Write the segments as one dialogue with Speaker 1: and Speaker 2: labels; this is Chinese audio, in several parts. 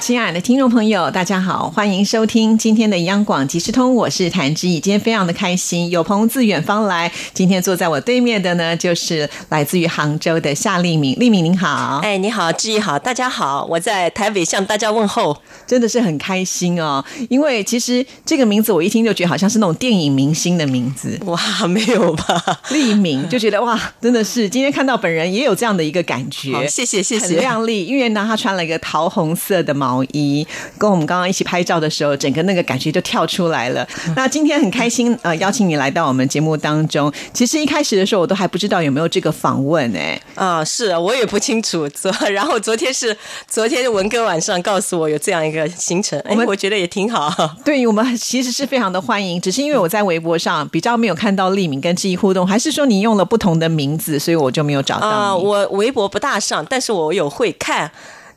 Speaker 1: 亲爱的听众朋友，大家好，欢迎收听今天的央广即时通，我是谭志毅。今天非常的开心，有朋友自远方来。今天坐在我对面的呢，就是来自于杭州的夏丽敏。丽敏您好，
Speaker 2: 哎，你好，志毅好，大家好，我在台北向大家问候。
Speaker 1: 真的是很开心哦，因为其实这个名字我一听就觉得好像是那种电影明星的名字，
Speaker 2: 哇，没有 吧？
Speaker 1: 丽敏就觉得哇，真的是今天看到本人也有这样的一个感
Speaker 2: 好，
Speaker 1: 觉。
Speaker 2: 谢谢，谢
Speaker 1: 很
Speaker 2: 谢。
Speaker 1: 靓丽，因为呢，她穿了一个桃红色的毛衣，跟我们刚刚一起拍照的时候，整个那个感觉就跳出来了。
Speaker 2: 嗯
Speaker 1: 那今天很开心，呃，邀请你来到我们节目当中。其实一开始的时候，我都还不知道有没有这个访问、哎，
Speaker 2: 啊，是我也不清楚。昨 然后昨天是昨天文哥晚上告诉我有这样一个行程，哎，
Speaker 1: 们
Speaker 2: 我觉得也挺好。
Speaker 1: 对于我们其实是非常的欢迎，只是因为我在微博上比较没有看到丽敏跟志毅互动，还是说你用了不同的名字，所以我就没有找到你。
Speaker 2: 啊、我微博不大上，但是我有会看。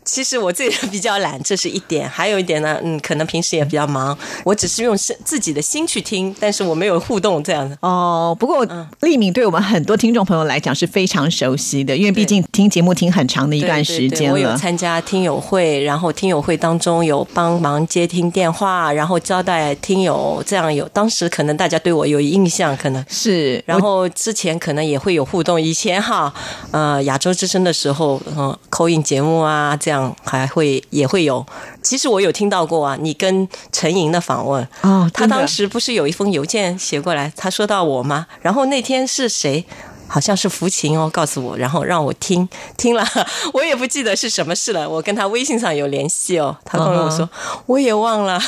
Speaker 2: 其实我这个
Speaker 1: 嗯
Speaker 2: 人比较懒，这是一点。还有一点呢，嗯，可能平时也比较忙，我只是用是自己的心去听，但是我没有互动这样的。
Speaker 1: 哦，不过
Speaker 2: 嗯
Speaker 1: 丽敏对我们很多听众朋友来讲是非常熟悉的，因为毕竟听节目听很长的一
Speaker 2: 一
Speaker 1: 段时间
Speaker 2: 我有
Speaker 1: 了。
Speaker 2: 参加听友会，然后听友会当中有帮忙接听电话，然后招待听友，这样有。当时可能大家对我有印象，可能。
Speaker 1: 是，
Speaker 2: 然后之前可能也会有互动，以前哈，呃，亚洲之声的时候，嗯、口音节目啊，这样还会也会有。其实我有听到过啊，你跟陈莹的访问，
Speaker 1: 哦，
Speaker 2: 啊他
Speaker 1: 真的
Speaker 2: 当时不是有一封邮件写过来，他说到我吗？然后那天是谁？好像是福琴哦，告诉我，然后让我听听了， 我也不记得是什么事了。我跟他微信上有联系哦，他跟我说、我也忘了，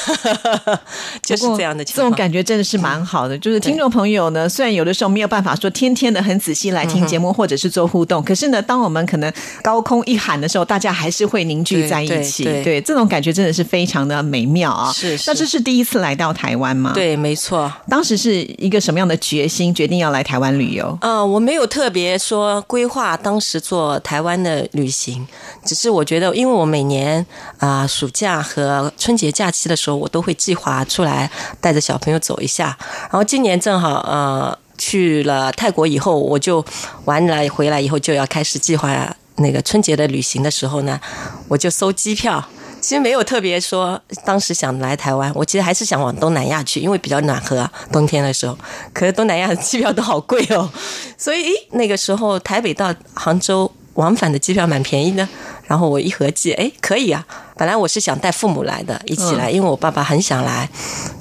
Speaker 2: 就是
Speaker 1: 嗯不过
Speaker 2: 这样的情
Speaker 1: 这
Speaker 2: 况。嗯
Speaker 1: 种感觉真的是蛮好的。就是听众朋友呢，虽然有的时候没有办法说天天的很仔细来听
Speaker 2: 嗯
Speaker 1: 节目或者是做互动，可是呢，当我们可能高空一喊的时候，大家还是会凝聚在一起。
Speaker 2: 对对对
Speaker 1: 这种感觉真的是非常的美妙啊！
Speaker 2: 是是
Speaker 1: 那这是第一次来到台湾吗？，
Speaker 2: 对，没错。
Speaker 1: 当时是一个什么样的决心决定要来台湾旅游？
Speaker 2: 呃，我没有特别说规划当时做台湾的旅行，只是我觉得，因为我每年啊、暑假和春节假期的时候，我都会计划出来带着小朋友走一下。然后今年正好呃去了泰国以后，我就完了回来以后就要开始计划那个春节的旅行的时候呢，我就搜机票。其实没有特别说，当时想来台湾，我其实还是想往东南亚去，因为比较暖和、啊，冬天的时候。可是东南亚的机票都好贵哦， 所以诶那个时候台北到杭州往返的机票蛮便宜的。然后我一合计，哎，可以啊。本来我是想带父母来的，一起来，因为我爸爸很想来，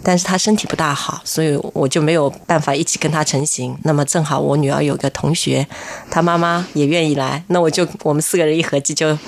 Speaker 2: 但是他身体不大好，所以我就没有办法一起跟他成行。那么正好我女儿有个同学，她妈妈也愿意来，那我就我们四个人一合计就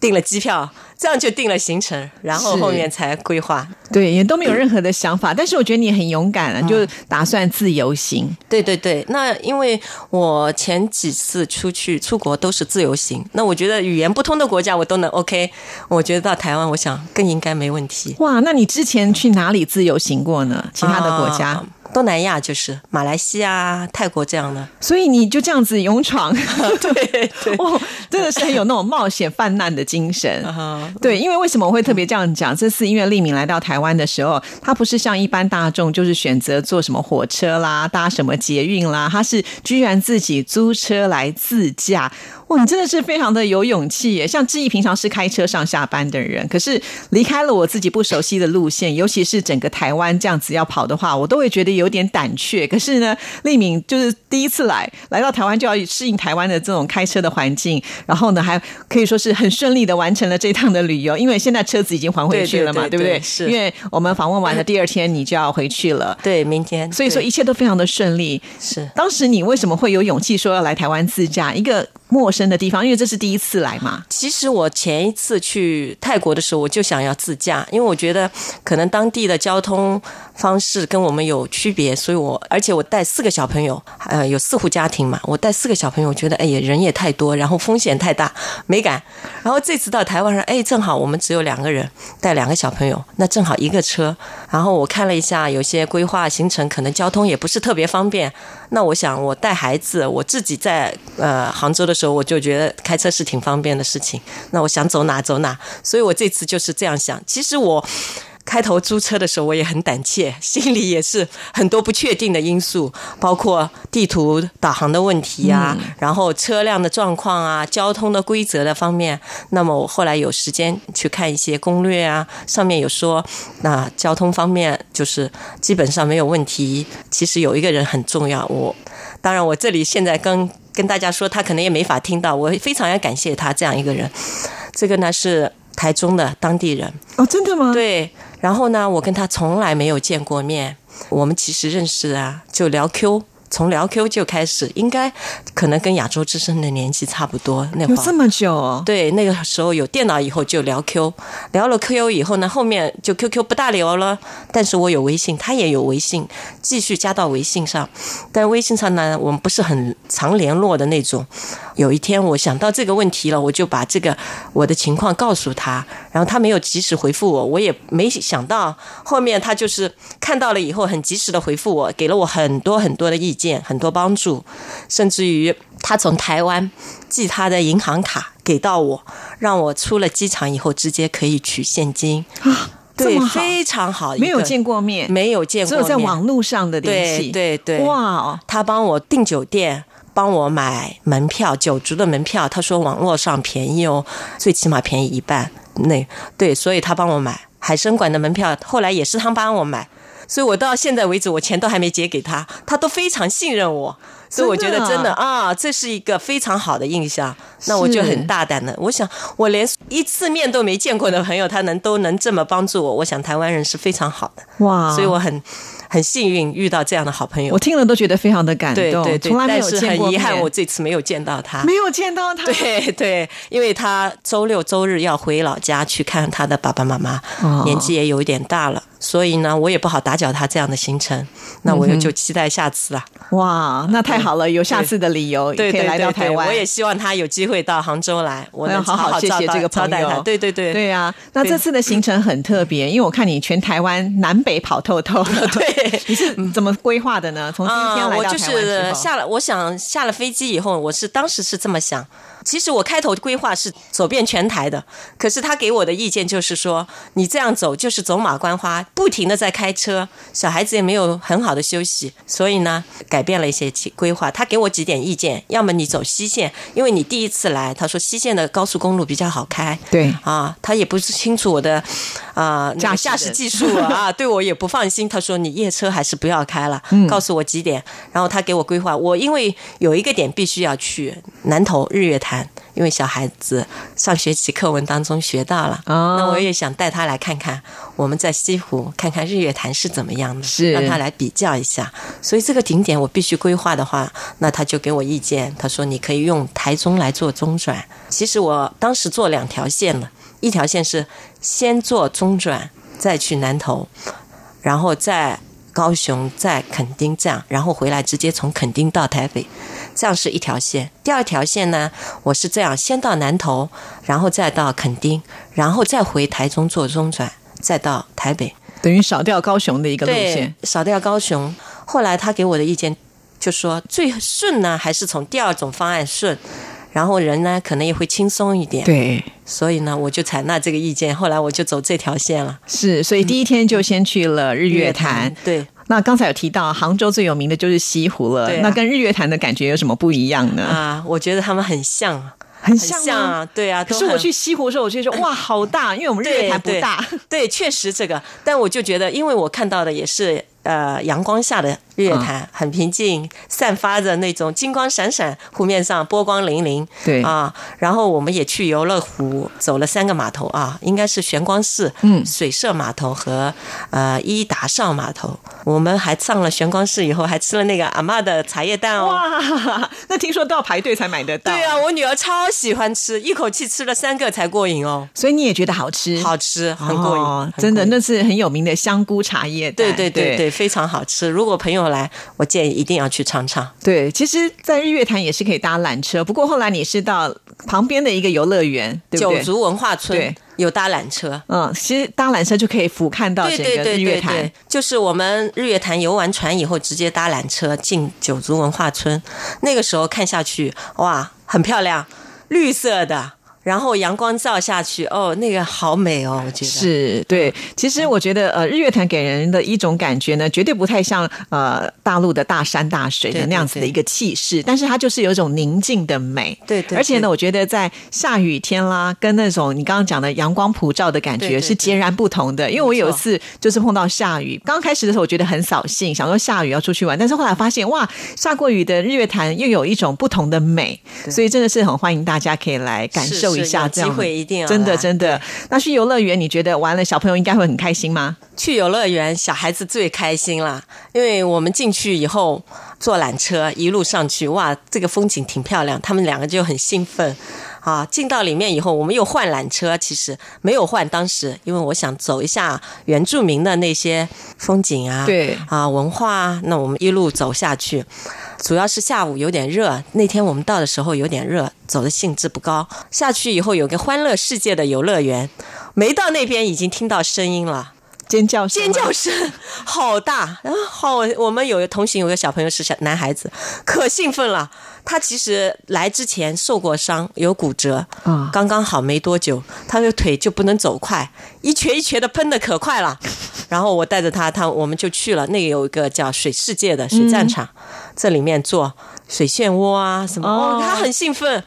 Speaker 2: 订了机票，这样就定了行程，然后
Speaker 1: 是
Speaker 2: 后面才规划。
Speaker 1: 对，也都没有任何的想 法，但是我觉得你很勇敢啊，
Speaker 2: 嗯
Speaker 1: 就打算自由行。
Speaker 2: 对对对，那因为我前几次出去出国都是自由行，那我觉得语言不通的国家我都能 OK，我觉得到台湾，我想更应该没问题。
Speaker 1: 哇，那你之前去哪里自由行过呢？其他的国家？
Speaker 2: 啊东南亚就是马来西亚、泰国这样的，
Speaker 1: 所以你就这样子勇闯，
Speaker 2: 对对
Speaker 1: 哇，真的是很有那种冒险泛滥的精 神。
Speaker 2: 啊，
Speaker 1: 对，因为为什么我会特别这样讲？这次因为丽敏来到台湾的时候，她不是像一般大众，就是选择坐什么火车啦、搭什么捷运啦，她是居然自己租车来自驾。哇，你真的是非常的有勇气耶！像志毅平常是开车上下班的人，可是离开了我自己不熟悉的路线，尤其是整个台湾这样子要跑的话，我都会觉得有点胆怯。可是呢，丽敏就是第一次来，来到台湾就要适应台湾的这种开车的环境，然后呢，还可以说是很顺利的完成了这趟的旅游，因为现在车子已经还回去了嘛，
Speaker 2: 对对对
Speaker 1: 不对？
Speaker 2: 对是
Speaker 1: 因为我们访问完的第二天，你就要回去 了，
Speaker 2: 对，明天，
Speaker 1: 所以说
Speaker 2: 对
Speaker 1: 一切都非常的顺利。
Speaker 2: 是。
Speaker 1: 当时你为什么会有勇气说要来台湾自驾一个陌生的地方？因为这是第一次来嘛。
Speaker 2: 其实我前一次去泰国的时候，我就想要自驾，因为我觉得可能当地的交通方式跟我们有区别，所以我而且我带四个小朋友，呃，有四户家庭嘛，我带四个小朋友，我觉得哎呀人也太多，然后风险太大，没敢。然后这次到台湾上，哎，正好我们只有两个人，带两个小朋友，那正好一个车。然后我看了一下，有些规划行程可能交通也不是特别方便。那我想，我带孩子，我自己在呃杭州的时候，我就觉得开车是挺方便的事情。那我想走哪走哪，所以我这次就是这样想。其实我。开头租车的时候，我也很胆怯， 心里也是很多不确定的因素，包括地图导航的问题啊，然后车辆的状况啊，交通的规则的方面。那么我后来有时间去看一些攻略啊，上面有说，那交通方面就是基本上没有问题。其实有一个人很重要，我当然我这里现在跟跟大家说，他可能也没法听到，我非常要感谢他这样一个人。这个呢是台中的当地人，
Speaker 1: 哦，真的吗？，
Speaker 2: 对，然后呢，我跟他从来没有见过面，我们其实认识啊，就聊 Q。从聊 Q 就开始，应该可能跟亚洲之声的年纪差不多那会
Speaker 1: 有
Speaker 2: 儿。
Speaker 1: 这么久哦。
Speaker 2: 对，那个时候有电脑以后就聊 Q，聊了 Q 以后呢，后面就 QQ 不大聊了。但是我有微信，他也有微信，继续加到微信上。但微信上呢，我们不是很常联络的那种。有一天我想到这个问题了，我就把这个我的情况告诉他，然后他没有及时回复我，我也没想到后面他就是看到了以后很及时的回复我，给了我很多很多的意见，很多帮助，甚至于他从台湾寄他的银行卡给到我，让我出了机场以后直接可以取现金，
Speaker 1: 啊，这
Speaker 2: 对，
Speaker 1: 么好，
Speaker 2: 非常好一个，
Speaker 1: 没有见过面，
Speaker 2: 没有见
Speaker 1: 只
Speaker 2: 过
Speaker 1: 有
Speaker 2: 面，
Speaker 1: 在网络上的联
Speaker 2: 对
Speaker 1: 系。
Speaker 2: 对对，
Speaker 1: 哇哦，
Speaker 2: 他帮我订酒店，帮我买门票，九族的门票，他说网络上便宜哦，最起码便宜一半。那对，所以他帮我买海参馆的门票，后来也是他帮我买，所以我到现在为止，我钱都还没结给他，他都非常信任我。所以我觉得
Speaker 1: 真的啊
Speaker 2: 真的啊，这是一个非常好的印象。那我
Speaker 1: 是
Speaker 2: 就很大胆的，我想我连一次面都没见过的朋友，他能都能这么帮助我，我想台湾人是非常好的，
Speaker 1: 哇！
Speaker 2: 所以我很很幸运遇到这样的好朋友
Speaker 1: 我。听了都觉得非常的感
Speaker 2: 对
Speaker 1: 动，
Speaker 2: 对对，
Speaker 1: 从来没有
Speaker 2: 但是
Speaker 1: 见过
Speaker 2: 很遗
Speaker 1: 面，
Speaker 2: 憾，我这次没有见到 他。
Speaker 1: 没有见到他。
Speaker 2: 对对，因为他周六周日要回老家去看他的爸爸妈妈，
Speaker 1: 哦
Speaker 2: 年纪也有一点大了，所以呢，我也不好打搅他这样的行
Speaker 1: 嗯
Speaker 2: 程。那我也就期待下次了。
Speaker 1: 哇，那太好了，有下次的理由
Speaker 2: 对
Speaker 1: 可以
Speaker 2: 对
Speaker 1: 来
Speaker 2: 对
Speaker 1: 到台
Speaker 2: 对，
Speaker 1: 湾。
Speaker 2: 我也希望他有机会到杭州来，我
Speaker 1: 我要
Speaker 2: 能
Speaker 1: 好
Speaker 2: 好
Speaker 1: 谢
Speaker 2: 招
Speaker 1: 谢
Speaker 2: 待
Speaker 1: 这个
Speaker 2: 招
Speaker 1: 朋
Speaker 2: 待他。
Speaker 1: 友。
Speaker 2: 对对对
Speaker 1: 对啊，那
Speaker 2: 对嗯
Speaker 1: 这次的行程很特别，因为我看你全台湾南北跑透透了。
Speaker 2: 对 嗯
Speaker 1: 你是怎么规划的呢？从今天来
Speaker 2: 啊我
Speaker 1: 到
Speaker 2: 就
Speaker 1: 台湾之
Speaker 2: 是呃
Speaker 1: 后，
Speaker 2: 下了，我想下了飞机以后，我是当时是这么想。其实我开头规划是走遍全台的，可是他给我的意见就是说，你这样走就是走马观花，不停的在开车，小孩子也没有很好的休息，所以呢，改变了一些其规划。他给我几点意见，要么你走西线，因为你第一次来，他说西线的高速公路比较好开，
Speaker 1: 对
Speaker 2: 啊，他也不是清楚我的啊、那个
Speaker 1: 驾驶
Speaker 2: 驾
Speaker 1: 的
Speaker 2: 驶技术啊， 对我也不放心。他说你夜车还是不要开了，告诉我几点。然后他给我规划，我因为有一个点必须要去南头日月潭，因为小孩子上学期课文当中学到了，
Speaker 1: 哦
Speaker 2: 那我也想带他来看看，我们在西湖看看日月潭是怎么样的，
Speaker 1: 是
Speaker 2: 让他来比较一下。所以这个景点我必须规划的话，那他就给我意见，他说你可以用台中来做中转。其实我当时做两条线了，一条线是先做中转，再去南投，然后再高雄，再垦丁这样，然后回来直接从垦丁到台北，这样是一条线。第二条线呢，我是这样，先到南投，然后再到垦丁，然后再回台中做中转，再到台北。
Speaker 1: 等于少掉高雄的一个路线。
Speaker 2: 对，少掉高雄。后来他给我的意见就说，最顺呢还是从第二种方案顺，然后人呢可能也会轻松一点。
Speaker 1: 对，
Speaker 2: 所以呢，我就采纳这个意见，后来我就走这条线了。
Speaker 1: 是，所以第一天就先去了日月潭。
Speaker 2: 对。
Speaker 1: 那刚才有提到杭州最有名的就是西湖了，
Speaker 2: 对啊
Speaker 1: 那跟日月潭的感觉有什么不一样呢？
Speaker 2: 啊，我觉得他们很像啊，
Speaker 1: 很
Speaker 2: 很
Speaker 1: 像吗
Speaker 2: 像啊，对啊。
Speaker 1: 可
Speaker 2: 都
Speaker 1: 是我
Speaker 2: 很
Speaker 1: 去西湖的时候，我就说哇，好大，因为我们日
Speaker 2: 对
Speaker 1: 月潭不大。
Speaker 2: 对，对，确实这个，但我就觉得，因为我看到的也是呃阳光下的日
Speaker 1: 嗯
Speaker 2: 月潭，很平静，散发着那种金光闪闪，湖面上波光粼粼。
Speaker 1: 对
Speaker 2: 啊，然后我们也去游乐湖，走了三个码头啊，应该是玄光寺、
Speaker 1: 嗯
Speaker 2: 水社码头和呃伊达邵码头。我们还上了玄光寺以后，还吃了那个阿嬷的茶叶蛋哦。
Speaker 1: 哇，那听说都要排队才买得到。
Speaker 2: 对啊，我女儿超喜欢吃，一口气吃了三个才过瘾哦，
Speaker 1: 所以你也觉得好吃，
Speaker 2: 好吃，很过瘾，
Speaker 1: 嗯哦
Speaker 2: 很过瘾
Speaker 1: 真的，那是很有名的香菇茶叶蛋。
Speaker 2: 对对对对，非常好吃。如果朋友来，我建议一定要去尝尝。
Speaker 1: 对，其实，在日月潭也是可以搭缆车，不过后来你是到旁边的一个游乐园，对不
Speaker 2: 九
Speaker 1: 对？
Speaker 2: 族文化村
Speaker 1: 对
Speaker 2: 有搭缆车。
Speaker 1: 嗯，其实搭缆车就可以俯瞰到
Speaker 2: 对
Speaker 1: 整
Speaker 2: 对
Speaker 1: 个
Speaker 2: 对
Speaker 1: 日月
Speaker 2: 对
Speaker 1: 潭。
Speaker 2: 对，就是我们日月潭游完船以后，直接搭缆车进九族文化村。那个时候看下去，哇，很漂亮，绿色的，然后阳光照下去，哦，那个好美哦，我觉得。
Speaker 1: 是对，其实我觉得呃，日月潭给人的一种感觉呢，绝对不太像呃大陆的大山大水
Speaker 2: 对
Speaker 1: 的
Speaker 2: 对
Speaker 1: 那样子的
Speaker 2: 对
Speaker 1: 一个气势，但是它就是有一种宁静的美。
Speaker 2: 对对
Speaker 1: 而且呢，
Speaker 2: 对
Speaker 1: 我觉得在下雨天啦，跟那种你刚刚讲的阳光普照的感
Speaker 2: 对
Speaker 1: 觉
Speaker 2: 对
Speaker 1: 是截然不同的。因为我
Speaker 2: 没错
Speaker 1: 有一次就是碰到下雨，刚开始的时候我觉得很扫兴，想说下雨要出去玩，但是后来发现哇，下过雨的日月潭又有一种不同的美，所以真的是很欢迎大家可以来感
Speaker 2: 是
Speaker 1: 受一
Speaker 2: 是
Speaker 1: 下
Speaker 2: 有
Speaker 1: 这样
Speaker 2: 机会一定要
Speaker 1: 真的
Speaker 2: 来
Speaker 1: 真的。那去游乐园，你觉得玩了小朋友应该会很开心吗？
Speaker 2: 去游乐园，小孩子最开心啦，因为我们进去以后坐缆车一路上去，哇，这个风景挺漂亮，他们两个就很兴奋。啊，进到里面以后，我们又换缆车，其实没有换，当时因为我想走一下原住民的那些风景啊，
Speaker 1: 对
Speaker 2: 啊文化啊，那我们一路走下去，主要是下午有点热，那天我们到的时候有点热，走的兴致不高。下去以后有个欢乐世界的游乐园，没到那边已经听到声音了。
Speaker 1: 尖叫声吗
Speaker 2: 尖叫声好大，然后我们有同行有个小朋友是小男孩子，可兴奋了。他其实来之前受过伤，有骨折，
Speaker 1: 啊
Speaker 2: 刚刚好没多久，他的腿就不能走快，一瘸一瘸的喷的可快了。然后我带着他，他我们就去了，那个有一个叫水世界的水战场，这里面做水漩涡啊什么，
Speaker 1: 哦
Speaker 2: 哦，他很兴奋。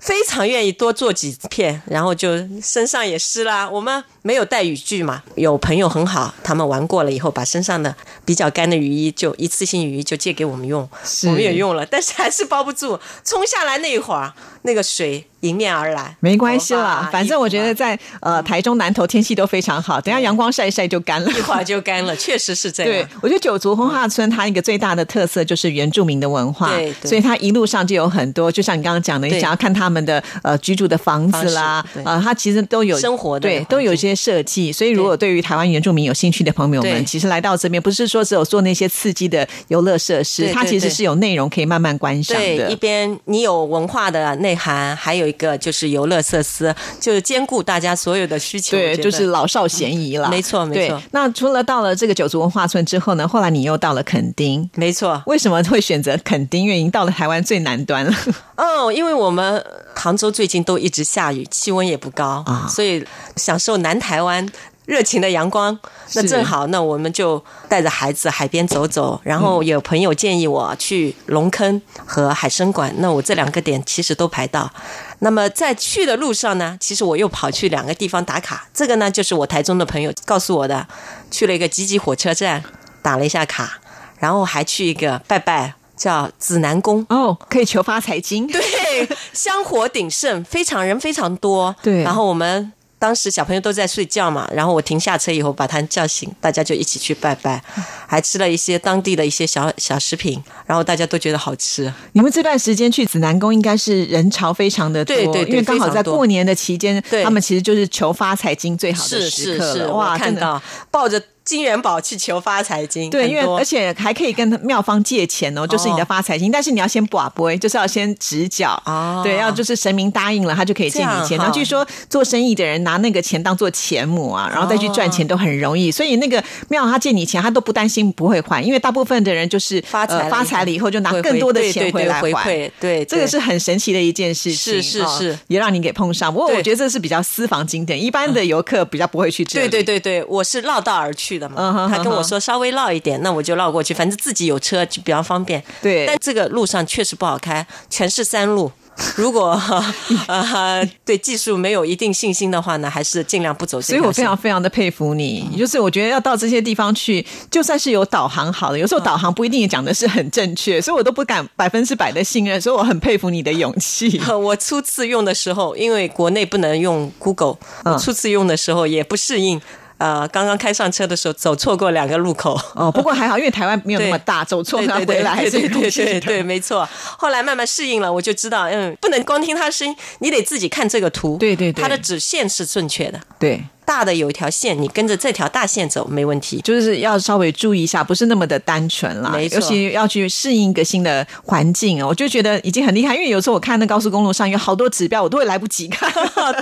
Speaker 2: 非常愿意多做几片，然后就身上也湿啦。我们没有带雨具嘛，有朋友很好，他们玩过了以后，把身上的比较干的雨衣就一次性雨衣就借给我们用，
Speaker 1: 是
Speaker 2: 我们也用了，但是还是包不住。冲下来那一会儿，那个水迎面而来，
Speaker 1: 没关系
Speaker 2: 头发
Speaker 1: 啦
Speaker 2: 啊，
Speaker 1: 反正我觉得在
Speaker 2: 嗯
Speaker 1: 呃台中南投天气都非常好，等一下阳光晒一晒就干了。
Speaker 2: 一会儿就干了，确实是这
Speaker 1: 对
Speaker 2: 样。，
Speaker 1: 我觉得九族文化村它一个最大的特色就是原住民的文化，
Speaker 2: 对对
Speaker 1: 所以它一路上就有很多，就像你刚刚讲的，你
Speaker 2: 对
Speaker 1: 想要看他们的呃居住的房子啦
Speaker 2: 方式，对
Speaker 1: 呃，它其实都有
Speaker 2: 生活的
Speaker 1: 对，
Speaker 2: 环境
Speaker 1: 都有一些设计。所以如果对于台湾原住民有兴趣的朋友们，
Speaker 2: 对
Speaker 1: 其实来到这边不是说只有做那些刺激的游乐设施，
Speaker 2: 对对
Speaker 1: 它其实是有内容可以慢慢观赏
Speaker 2: 对，一
Speaker 1: 的。
Speaker 2: 边你有文化的内涵，还有一个就是游乐设施，就是兼顾大家所有的需求。我
Speaker 1: 对，
Speaker 2: 觉
Speaker 1: 就
Speaker 2: 得嗯
Speaker 1: 是老少咸宜啦。
Speaker 2: 没错没
Speaker 1: 对
Speaker 2: 错
Speaker 1: 那除了到了这个九族文化村之后呢，后来你又到了垦丁，
Speaker 2: 没错。
Speaker 1: 为什么会选择垦丁？因为已经到了台湾最南端了。
Speaker 2: 哦，因为我们呃杭州最近都一直下雨，气温也不高
Speaker 1: 啊
Speaker 2: 所以享受南台湾热情的阳光，那
Speaker 1: 是
Speaker 2: 正好，那我们就带着孩子海边走走。然后有朋友建议我去龙坑和海参馆，那我这两个点其实都排到。那么在去的路上呢，其实我又跑去两个地方打卡。这个呢，就是我台中的朋友告诉我的，去了一个集集火车站打了一下卡，然后还去一个拜拜，叫指南宫。
Speaker 1: 哦，可以求发财金。对，
Speaker 2: 对，香火鼎盛，非常人非常多。
Speaker 1: 对
Speaker 2: 然后我们当时小朋友都在睡觉嘛，然后我停下车以后把他们叫醒，大家就一起去拜 拜，还吃了一些当地的一些小小食品，然后大家都觉得好吃。
Speaker 1: 你们这段时间去指南宫应该是人潮非常的多，
Speaker 2: 对对对
Speaker 1: 因为刚好
Speaker 2: 非常
Speaker 1: 在
Speaker 2: 多
Speaker 1: 过年的期间，
Speaker 2: 对
Speaker 1: 他们其实就是求发财金最好的
Speaker 2: 是
Speaker 1: 时
Speaker 2: 是
Speaker 1: 刻了。
Speaker 2: 是，
Speaker 1: 哇，
Speaker 2: 我看
Speaker 1: 真的。
Speaker 2: 到抱着金元宝去求发财金，
Speaker 1: 对，
Speaker 2: 很
Speaker 1: 因为
Speaker 2: 多
Speaker 1: 而且还可以跟妙方借钱哦，就是你的发财金，但是你要先把杯，就是要先指角
Speaker 2: 哦
Speaker 1: 对，要就是神明答应了，他就可以借
Speaker 2: 这
Speaker 1: 你
Speaker 2: 样
Speaker 1: 钱。然后
Speaker 2: 哈哦
Speaker 1: 据说做生意的人拿那个钱当做钱母啊，然后再去赚钱都很容易。所以那个妙他借你钱，他都不担心不会还，因为大部分的人就是
Speaker 2: 发财了以
Speaker 1: 呃
Speaker 2: 后
Speaker 1: 发财了以后就拿
Speaker 2: 会
Speaker 1: 更多的
Speaker 2: 对
Speaker 1: 钱
Speaker 2: 对对
Speaker 1: 来
Speaker 2: 回
Speaker 1: 还。
Speaker 2: 馈，对，
Speaker 1: 这个
Speaker 2: 对
Speaker 1: 是很神奇的一件事情，
Speaker 2: 是是
Speaker 1: 哦
Speaker 2: 是
Speaker 1: 也让你给碰上。不过我
Speaker 2: 对嗯
Speaker 1: 觉得这是比较私房景点，一般的游客比较不会去这里。
Speaker 2: 对对对对，我是绕道而去的嘛。
Speaker 1: 嗯哼
Speaker 2: 他跟
Speaker 1: 哼
Speaker 2: 我
Speaker 1: 哼
Speaker 2: 说稍微绕一点，那我就绕过去，反正自己有车就比较方便。
Speaker 1: 对
Speaker 2: 但这个路上确实不好开，全是山路。如果 呃对技术没有一定信心的话呢，还是尽量不走这
Speaker 1: 所以
Speaker 2: 条
Speaker 1: 我
Speaker 2: 线。
Speaker 1: 非常非常的佩服你，
Speaker 2: 嗯
Speaker 1: 就是我觉得要到这些地方去，就算是有导航好了，有时候导航不一定讲的是很正确，
Speaker 2: 嗯
Speaker 1: 所以我都不敢百分之百的信任，所以我很佩服你的勇 气。
Speaker 2: 我初次用的时候，因为国内不能用 Google，、
Speaker 1: 嗯
Speaker 2: 我初次用的时候也不适应。呃，刚刚开上车的时候走错过两个路口，
Speaker 1: 哦，不过还好，因为台湾没有那么大，走错
Speaker 2: 对
Speaker 1: 要
Speaker 2: 对对
Speaker 1: 回来还
Speaker 2: 对
Speaker 1: 是
Speaker 2: 对
Speaker 1: 容易
Speaker 2: 对对
Speaker 1: 的。
Speaker 2: 对，没错。后来慢慢适应了，我就知道，嗯，不能光听他声音，你得自己看这个图，
Speaker 1: 对对对
Speaker 2: 它的指线是正确的，
Speaker 1: 对，
Speaker 2: 大的有一条线，你跟着这条大线走没问题。
Speaker 1: 就是要稍微注意一下，不是那么的单纯啦。
Speaker 2: 没错
Speaker 1: 尤其要去适应一个新的环境，啊我就觉得已经很厉害。因为有时候我看那高速公路上有好多指标，我都会来不及 看，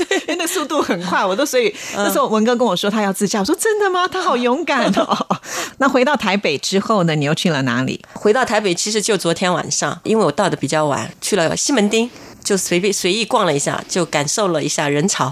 Speaker 1: 对，因为那速度很快，我都所以、
Speaker 2: 嗯
Speaker 1: 那时候文哥跟我说他要自驾，我说真的吗？他好勇敢哦。 那回到台北之后呢，你又去了哪里？
Speaker 2: 回到台北其实就昨天晚上，因为我到的比较晚，去了西门町。就随便随意逛了一下，就感受了一下人潮。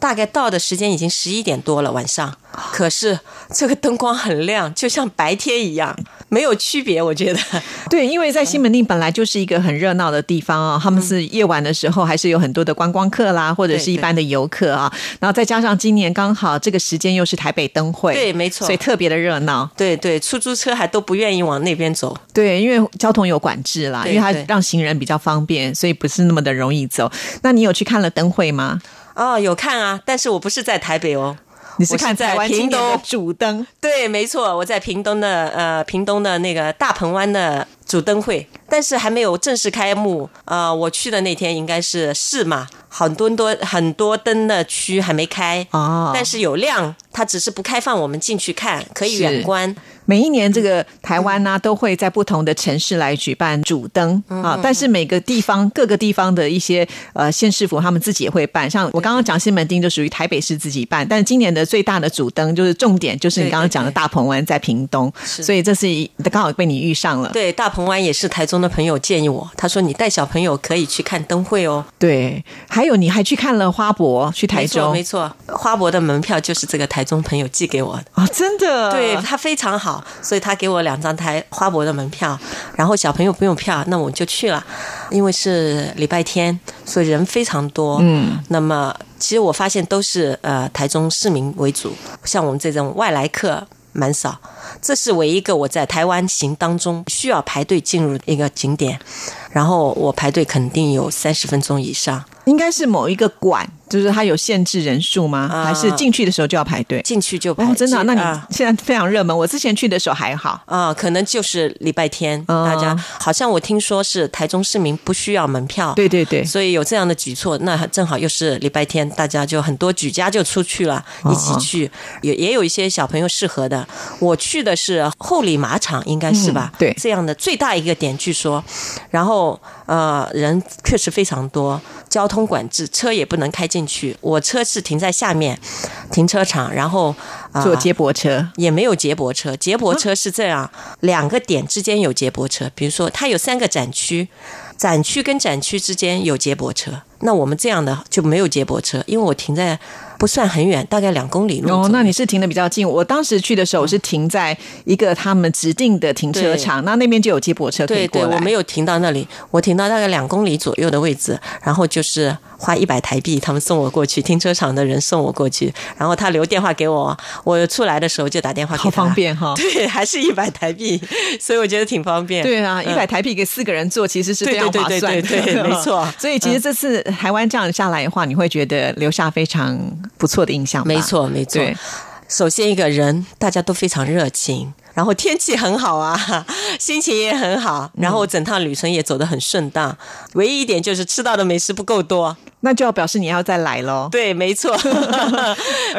Speaker 2: 大概到的时间已经十一点多了，晚上。可是这个灯光很亮，就像白天一样，没有区别。我觉得，
Speaker 1: 对，因为在西门町本来就是一个很热闹的地方
Speaker 2: 嗯
Speaker 1: 啊、他们是夜晚的时候还是有很多的观光客啦，或者是一般的游客啊，然后再加上今年刚好这个时间又是台北灯会，
Speaker 2: 对没错
Speaker 1: 所以特别的热闹。
Speaker 2: 对对，出租车还都不愿意往那边走。
Speaker 1: 对，因为交通有管制啦，
Speaker 2: 对
Speaker 1: 因为它
Speaker 2: 对
Speaker 1: 让行人比较方便，所以不是那么的容易走。那你有去看了灯会吗？
Speaker 2: 哦，有看啊，但是我不是在台北哦。
Speaker 1: 你是
Speaker 2: 我是
Speaker 1: 看
Speaker 2: 在
Speaker 1: 台湾今
Speaker 2: 屏
Speaker 1: 年的
Speaker 2: 东
Speaker 1: 主灯
Speaker 2: 对，没错，我在屏东的呃，屏东的那个大鹏湾的主灯会，但是还没有正式开幕。呃，我去的那天应该是是嘛，很多多很多灯的区还没开，
Speaker 1: 哦，
Speaker 2: 但是有亮，它只是不开放我们进去看，可以
Speaker 1: 是
Speaker 2: 远观。
Speaker 1: 每一年这个台湾呢、都会在不同的城市来举办主灯
Speaker 2: 嗯
Speaker 1: 啊，但是每个地方各个地方的一些呃县市府他们自己也会办，像我刚刚讲西门町就属于台北市自己办，但今年的最大的主灯就是重点就是你刚刚讲的
Speaker 2: 对对对
Speaker 1: 大鹏湾在屏东，
Speaker 2: 是
Speaker 1: 所以这是一刚好被你遇上了。
Speaker 2: 对，大鹏湾也是台中的朋友建议我，他说你带小朋友可以去看灯会哦。
Speaker 1: 对，还有你还去看了花博，去台中
Speaker 2: 没错，没错花博的门票就是这个台中朋友寄给我的。
Speaker 1: 啊、真的
Speaker 2: 对他非常好，所以他给我两张台花博的门票，然后小朋友不用票，那我就去了，因为是礼拜天，所以人非常多。嗯，那么其实我发现都是呃台中市民为主，像我们这种外来客。蛮少，这是唯一一个我在台湾行当中需要排队进入一个景点，然后我排队肯定有三十分钟以上。
Speaker 1: 应该是某一个馆，就是它有限制人数吗？
Speaker 2: 啊
Speaker 1: 还是进去的时候就要排队？
Speaker 2: 进去就排
Speaker 1: 哦，真的啊、那
Speaker 2: 啊
Speaker 1: 你现在非常热门。我之前去的时候还好，
Speaker 2: 啊、可能就是礼拜天，
Speaker 1: 啊
Speaker 2: 大家好像我听说是台中市民不需要门票，
Speaker 1: 对对对，
Speaker 2: 所以有这样的举措，那正好又是礼拜天，大家就很多举家就出去
Speaker 1: 啊
Speaker 2: 了，一起去，也也有一些小朋友适合的。我去的是后里马场，应该是吧？
Speaker 1: 嗯对
Speaker 2: 这样的最大一个点，据说，然后呃，人确实非常多，交通管制，车也不能开进去。我车是停在下面停车场，然后、呃、
Speaker 1: 坐接驳车。
Speaker 2: 也没有接驳车，接驳
Speaker 1: 啊
Speaker 2: 车是这样，两个点之间有接驳车，比如说它有三个展区，展区跟展区之间有接驳车，那我们这样的就没有接驳车，因为我停在不算很远，大概两公里路左右。
Speaker 1: 哦，那你是停的比较近。我当时去的时候，我是停在一个他们指定的停车场，那那边就有接驳车可以
Speaker 2: 对
Speaker 1: 过
Speaker 2: 对，
Speaker 1: 来。
Speaker 2: 我没有停到那里，我停到大概两公里左右的位置，然后就是花一百台币，他们送我过去，停车场的人送我过去，然后他留电话给我，我出来的时候就打电话给他，
Speaker 1: 好方，便哈、
Speaker 2: 对，还是一百台币，所以我觉得挺方便。
Speaker 1: 对啊，
Speaker 2: 嗯
Speaker 1: 一百台币给四个人坐，其实是非常
Speaker 2: 对
Speaker 1: 划
Speaker 2: 对对
Speaker 1: 算的，
Speaker 2: 对对对没 错嗯
Speaker 1: 所以其实这次台湾这样下来的话，你会觉得留下非常不错的印象吧。
Speaker 2: 没错，没错
Speaker 1: 对。
Speaker 2: 首先一个人，大家都非常热情，然后天气很好啊， 心情也很好，
Speaker 1: 嗯
Speaker 2: 然后整趟旅程也走得很顺当。唯一一点就是吃到的美食不够多。
Speaker 1: 那就要表示你要再来喽。
Speaker 2: 对，没错。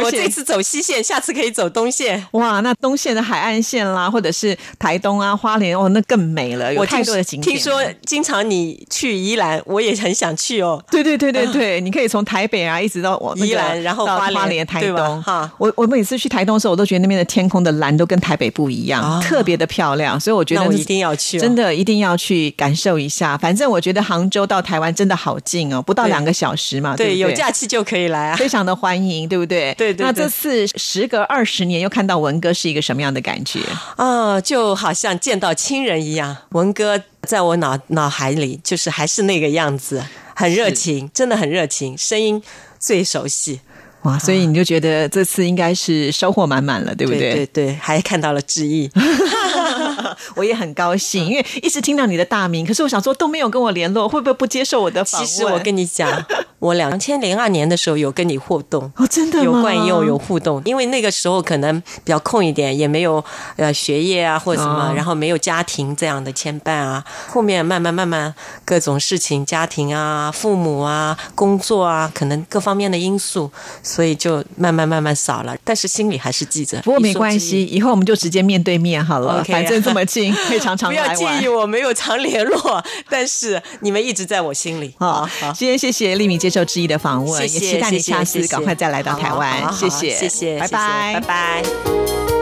Speaker 2: 我
Speaker 1: 且
Speaker 2: 这次走西线，下次可以走东线。
Speaker 1: 哇，那东线的海岸线啦，或者是台东啊、花莲，哦，那更美了，有
Speaker 2: 我
Speaker 1: 太
Speaker 2: 听
Speaker 1: 多的景点。
Speaker 2: 听说经常你去宜兰，我也很想去哦。
Speaker 1: 对对对对对，你可以从台北啊一直到我、那个
Speaker 2: 宜兰然后
Speaker 1: 到
Speaker 2: 花
Speaker 1: 花
Speaker 2: 莲
Speaker 1: 莲、台
Speaker 2: 对吧
Speaker 1: 东
Speaker 2: 哈
Speaker 1: 我我每次去台东的时候，我都觉得那边的天空的蓝都跟台北不一样，
Speaker 2: 啊
Speaker 1: 特别的漂亮，所以我觉得
Speaker 2: 那我
Speaker 1: 那
Speaker 2: 一定要去、哦，
Speaker 1: 真的一定要去感受一下。反正我觉得杭州到台湾真的好近哦，不到
Speaker 2: 对
Speaker 1: 两个小时嘛，
Speaker 2: 对，
Speaker 1: 不
Speaker 2: 有 假期就可以来啊。
Speaker 1: 非常的欢迎，对不对？
Speaker 2: 对对
Speaker 1: 那
Speaker 2: 对
Speaker 1: 这次时隔二十年，又看到文哥是一个什么样的感觉？
Speaker 2: 啊、就好像见到亲人一样。文哥在我脑脑海里就是还是那个样子，很热情，真的很热情，声音最熟悉，
Speaker 1: 哇，
Speaker 2: 啊
Speaker 1: 所以你就觉得这次应该是收获满满了，对不
Speaker 2: 对对对，还看到了 志毅，
Speaker 1: 我也很高兴，因为一直听到你的大名，可是我想说都没有跟我联络，会不会不接受我的访
Speaker 2: 其
Speaker 1: 问？
Speaker 2: 实我跟你讲，我两千零二年的时候有跟你互动。
Speaker 1: 哦，真的吗
Speaker 2: 有冠佑有互动，因为那个时候可能比较空一点，也没有呃学业啊或者什么，
Speaker 1: 哦
Speaker 2: 然后没有家庭这样的牵绊啊。后面慢慢慢慢各种事情，家庭啊、父母啊、工作啊，可能各方面的因素，所以就慢慢慢慢少了。但是心里还是记着。
Speaker 1: 不过没
Speaker 2: 一说之
Speaker 1: 关系，
Speaker 2: 一，
Speaker 1: 以后我们就直接面对面好了
Speaker 2: OK 啊
Speaker 1: 反正这么近，可以常常
Speaker 2: 不要
Speaker 1: 来
Speaker 2: 介
Speaker 1: 玩
Speaker 2: 意。我没有常联络，但是你们一直在我心里。
Speaker 1: 好，
Speaker 2: 好
Speaker 1: 哦今天谢谢丽敏接受知意的访问，
Speaker 2: 谢谢，
Speaker 1: 也期待你
Speaker 2: 谢谢
Speaker 1: 下次
Speaker 2: 谢谢
Speaker 1: 赶快再来到台湾
Speaker 2: 好好。好好
Speaker 1: 谢，
Speaker 2: 谢谢，
Speaker 1: 拜
Speaker 2: 谢谢
Speaker 1: 拜
Speaker 2: 拜。拜。